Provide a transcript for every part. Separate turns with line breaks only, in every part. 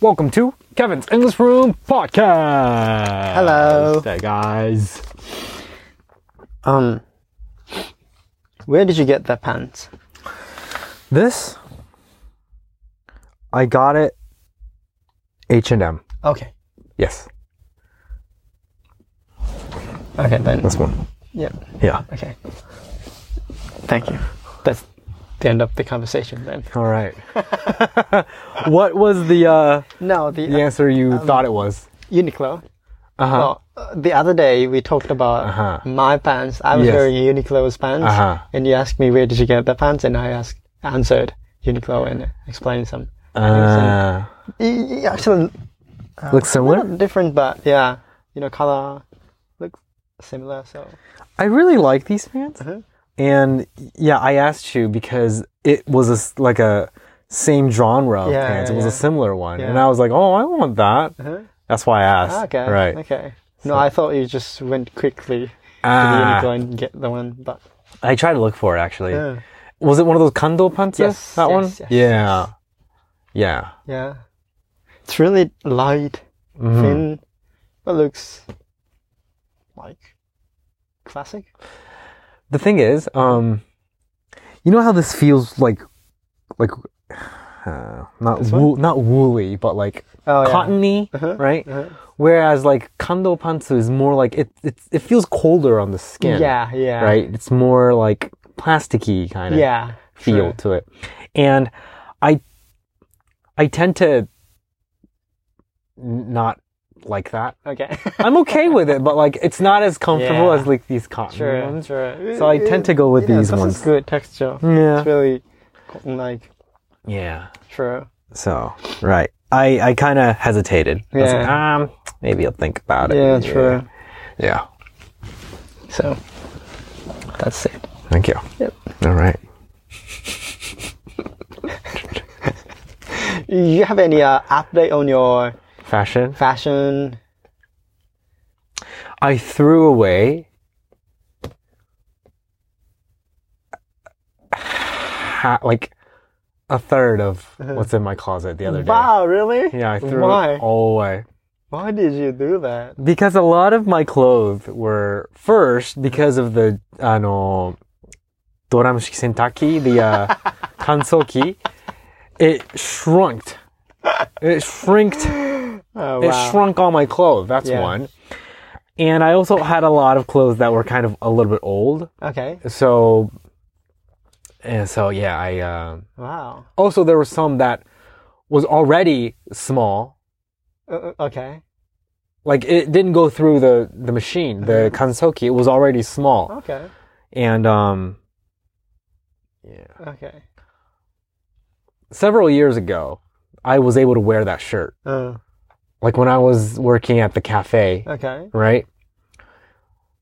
Welcome to Kevin's English Room Podcast.
Hello.
Hey guys.
Um, where did you get the pants?
This I got it H&M.
Okay.
Yes.
Okay then.
This one.
Yeah.
Yeah.
Okay. Thank you. That's the end of the conversation then.
All right. what was the uh
No, the
the answer you thought it was?
Uniqlo.
Uh-huh.
Well, uh, the other day we talked about
Uh-huh.
my pants. I was
Yes.
wearing Uniqlo's pants,
Uh-huh.
and you asked me where did you get the pants, and I asked, answered Uniqlo and explained some.
Uh,
Y- y- Actually,
looks similar.
not different, but yeah, you know, color looks similar. So
I really like these pants.
Mhm.
And yeah, I asked you because it was a s like a same genre of
Yeah,
pants.
yeah,
it was a
yeah.
similar one. And
Yeah.
I was like, oh, I want that.
Mhm.
That's why I asked.
okay,
Right.
okay. No, I thought you just went quickly to the
Ah,
Uniqlo and get the one, but
I tried to look for it actually.
yeah,
Was it one of those kando pants?
Yes,
That
yes,
one?
yes,
yeah. Yeah.
yeah. It's really light,
Mhm.
thin, but looks like classic.
The thing is, um, you know how this feels like, like, uh, not
This
woo- not woolly, but like
Oh, yeah.
cottony,
Uh-huh,
right?
uh-huh.
Whereas like kando pantsu is more like it, it it feels colder on the skin.
Yeah, yeah,
Right? It's more like plasticky kind of
Yeah,
feel
true.
to it. And I I tend to n- not like that.
Okay,
I'm okay with it, but like it's not as comfortable
Yeah.
as like these cotton
sure,
ones.
sure.
So I tend to go with
Yeah,
these
this
ones. Hmm.
Is good texture.
Yeah.
It's really like
Yeah.
true.
So right. I, I kind of hesitated. I was like,
Yeah.
um, maybe I'll think about it.
Yeah, true.
Yeah.
So that's it.
Thank you.
Yep.
All right.
You have any uh, update on your
Fashion.
fashion?
I threw away ha- like a third of what's in my closet the other day.
Wow, really?
Yeah, I threw
Why?
it all away.
Why did you do that?
Because a lot of my clothes were first because of the uh, I know doramshiki sentaki, the uh, kansoki, it shrunked. It shrinked
Oh,
it
wow.
shrunk all my clothes. That's
Yeah.
one. And I also had a lot of clothes that were kind of a little bit old.
okay.
So, and so yeah, I uh,
Wow.
also there was some that was already small.
Uh, uh, okay.
Like it didn't go through the the machine, the
Mm-hmm.
kansoki. It was already small,
Okay.
and um, yeah,
Okay.
several years ago, I was able to wear that shirt.
Uh,
Like when I was working at the cafe,
okay.
right?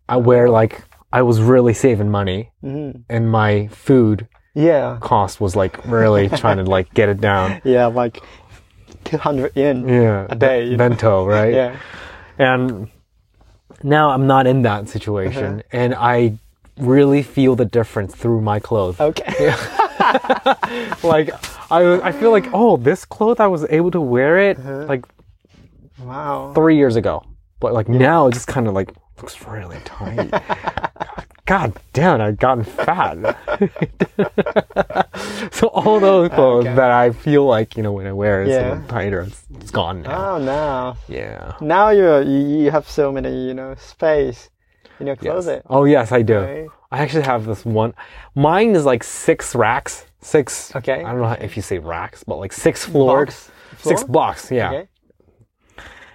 I wear like I was really saving money.
hmm
and my food
Yeah.
cost was like really trying to like get it down.
Yeah, like 200 yen.
Yeah,
A day, you know?
bento, right?
Yeah.
And now I'm not in that situation, and I really feel the difference through my clothes.
Okay.
Like I, I feel like oh, this cloth I was able to wear it like
Wow.
three years ago, but like now it just kind of like looks really tight. God- God damn, I've gotten fat. so all those clothes
Okay.
that I feel like you know when I wear it's a
Yeah.
little tighter, it's, it's gone now.
Oh, now.
yeah.
Now you're, you, you have so many, you know, space in your
Yes.
closet.
Oh yes, I do.
Right.
I actually have this one. Mine is like six racks, six.
Okay.
I don't know how, if you say racks, but like six floors, six
Floor?
blocks. Yeah.
Okay.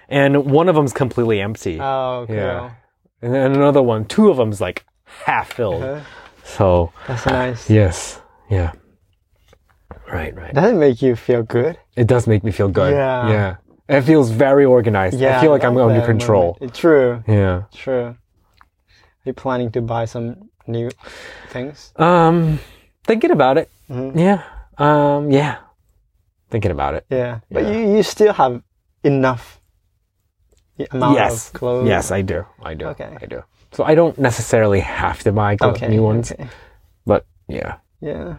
And one of them's completely empty,
Oh, cool.
Yeah. and then another one, two of them's like half filled.
Uh,
So
that's nice.
Yes. Yeah. Right, right.
Does it make you feel good?
It does make me feel good.
Yeah.
Yeah. It feels very organized. I feel like I'm
that
under
moment.
control.
True.
Yeah.
True. Are you planning to buy some new things?
Um thinking about it.
Mhm.
Yeah. Um yeah. Thinking about it.
Yeah. But
Yeah.
you, you still have enough y- amount
yes.
of clothes.
Yes, I do. I do.
Okay.
I do. So I don't necessarily have to buy clothes,
Okay.
new ones,
okay.
but yeah.
Yeah.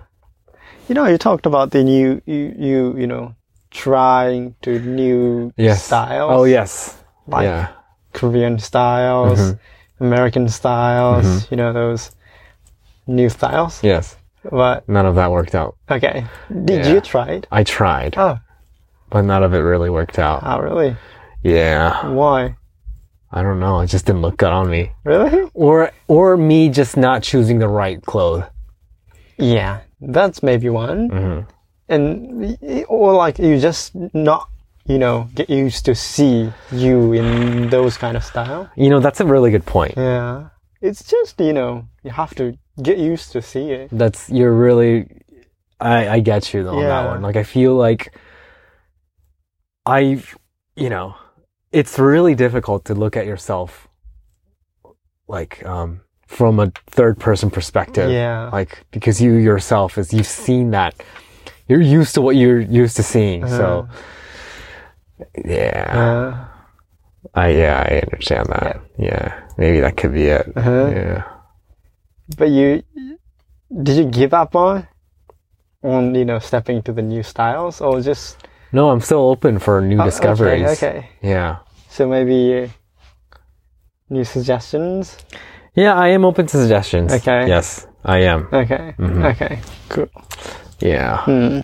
You know, you talked about the new you you you know trying to new
Yes.
styles.
Oh yes.
Like
yeah.
Korean styles,
Mm-hmm.
American styles, you know, those new styles.
Yes.
But
None of that worked out.
okay. Did
Yeah.
you try it?
I tried,
Oh,
but none of it really worked out.
oh really?
Yeah.
Why?
I don't know. It just didn't look good on me.
Really?
Or or me just not choosing the right clothes.
Yeah. That's maybe one.
hmm
And y- or like you just not you know, get used to see you in those kind of style.
You know, that's a really good point.
Yeah. It's just, you know, you have to get used to see it.
That's you're really I I get you on that
Yeah.
one. Like I feel like I you know, it's really difficult to look at yourself like um from a third person perspective.
Yeah.
Like because you yourself is you've seen that. You're used to what you're used to seeing. So
Uh-huh.
yeah.
Uh,
I yeah, I understand that. Yeah. Maybe that could be it.
Uh-huh.
Yeah.
but you did you give up on on you know stepping to the new styles or just
No, I'm still open for new
Oh, okay,
discoveries.
Okay,
Yeah.
so maybe uh, new suggestions.
Yeah, I am open to suggestions.
Okay.
Yes, I am.
Okay, okay, cool.
Yeah.
Hmm.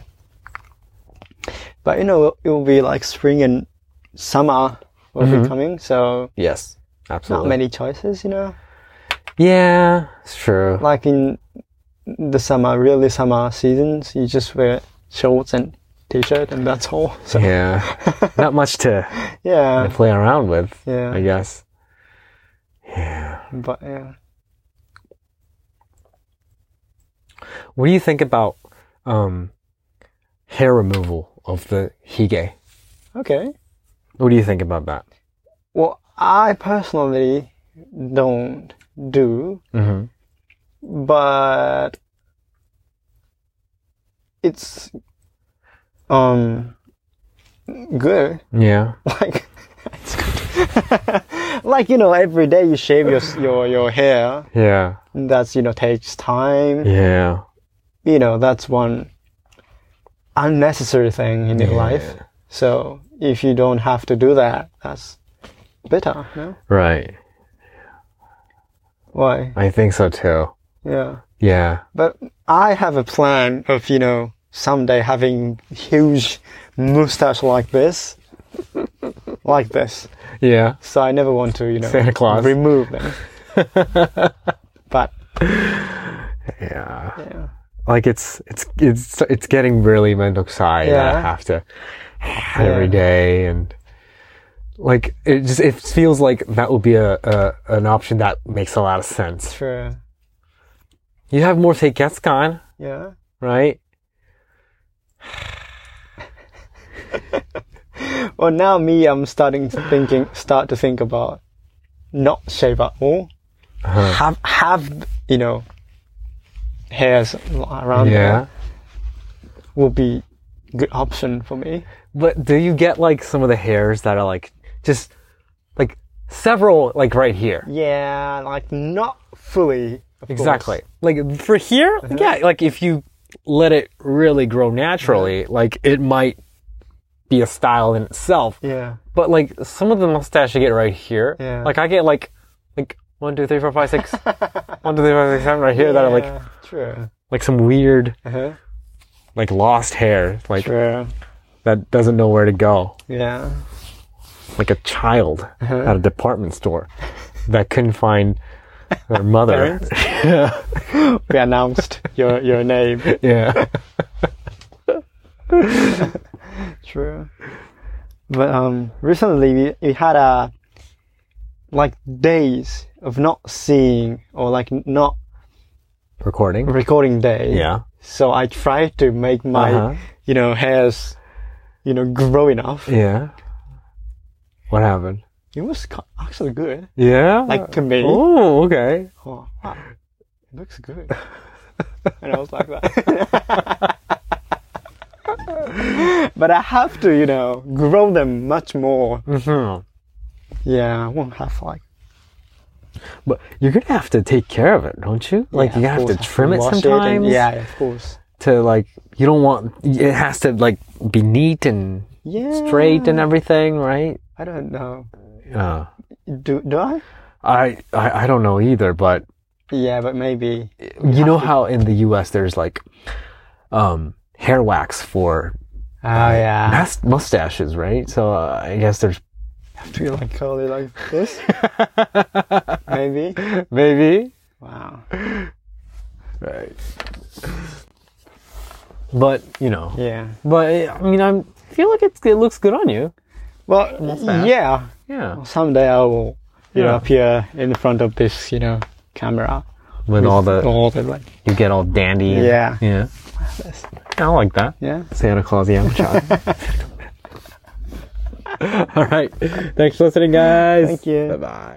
But you know it will be like spring and summer will be coming, so
Yes.
not
Absolutely.
many choices. You know,
Yeah, it's true.
like in the summer, really summer seasons, you just wear shorts and t-shirt and that's all. So
Yeah. Not much to
yeah,
play around with,
yeah.
I guess.
But yeah.
What do you think about um, hair removal of the hige?
Okay.
What do you think about that?
Well, I personally don't do,
Mm-hmm.
but it's um good.
Yeah.
Like it's good. like you know, every day you shave your your your hair.
Yeah.
That's you know takes time.
Yeah.
You know that's one unnecessary thing in your
Yeah.
life. So if you don't have to do that, that's better. No,
Right.
why?
I think so too.
Yeah.
Yeah.
But I have a plan of, you know, someday having huge mustache like this. like this.
Yeah.
So I never want to, you know,
Santa Claus.
remove them. but,
Yeah.
yeah.
like it's it's it's it's getting really mendokusai that I
Yeah.
have to every day and like it just it feels like that would be a, a an option that makes a lot of sense.
True.
You have more Seiketsukan,
Yeah.
right?
Well, now me, I'm starting to thinking, start to think about not shave at all.
Uh-huh.
Have, have, you know, hairs around
Yeah.
there will be good option for me.
But do you get like some of the hairs that are like just like several like right here?
Yeah, like not fully. of course.
Exactly. Like for here, yeah, like if you let it really grow naturally, like it might be a style in itself.
Yeah.
But like some of the mustache I get right here,
Yeah.
like I get like like one, two, three, four, five, six, one, two, three, four, five, six, seven right here that are like
Yeah, true.
like some weird
Uh-huh.
like lost hair like
True.
that doesn't know where to go,
Yeah.
like a child
Uh-huh.
at a department store that couldn't find their mother. yeah,
We announced your your name.
yeah,
True. But um, recently we, we had a like days of not seeing or like not
recording.
recording day.
Yeah,
So I tried to make my
Uh-huh.
you know hairs you know grow enough.
yeah. What happened?
It was co- actually good.
Yeah,
Like to me.
oh, okay.
oh, wow, it looks good. and I was like that. but I have to, you know, grow them much more.
hmm
Yeah, I won't have like.
But you're gonna have to take care of it, don't you? Like
yeah,
you
of
have
course,
to trim it
wash
sometimes.
and- yeah, of course.
to like you don't want it has to like be neat and
Yeah.
straight and everything, right?
I don't know.
Uh,
Do do I?
I, I I don't know either, but
Yeah, but maybe.
you know how in the U.S. there's like um, hair wax for
Oh yeah.
mas- mustaches, right? So uh, I guess there's
Do you like curl it like this? maybe.
maybe
Wow.
right, but you know,
Yeah.
but I mean, I'm I feel like it's, it looks good on you.
Well,
bad.
yeah.
Yeah,
Someday I will, you know,
Yeah.
appear in front of this, you know, camera.
when all the
All the like.
you get all dandy. and-
Yeah.
yeah,
this.
I like that.
Yeah.
Santa Claus, yeah, I'm child. All right. Thanks for listening, guys.
Thank you.
Bye bye.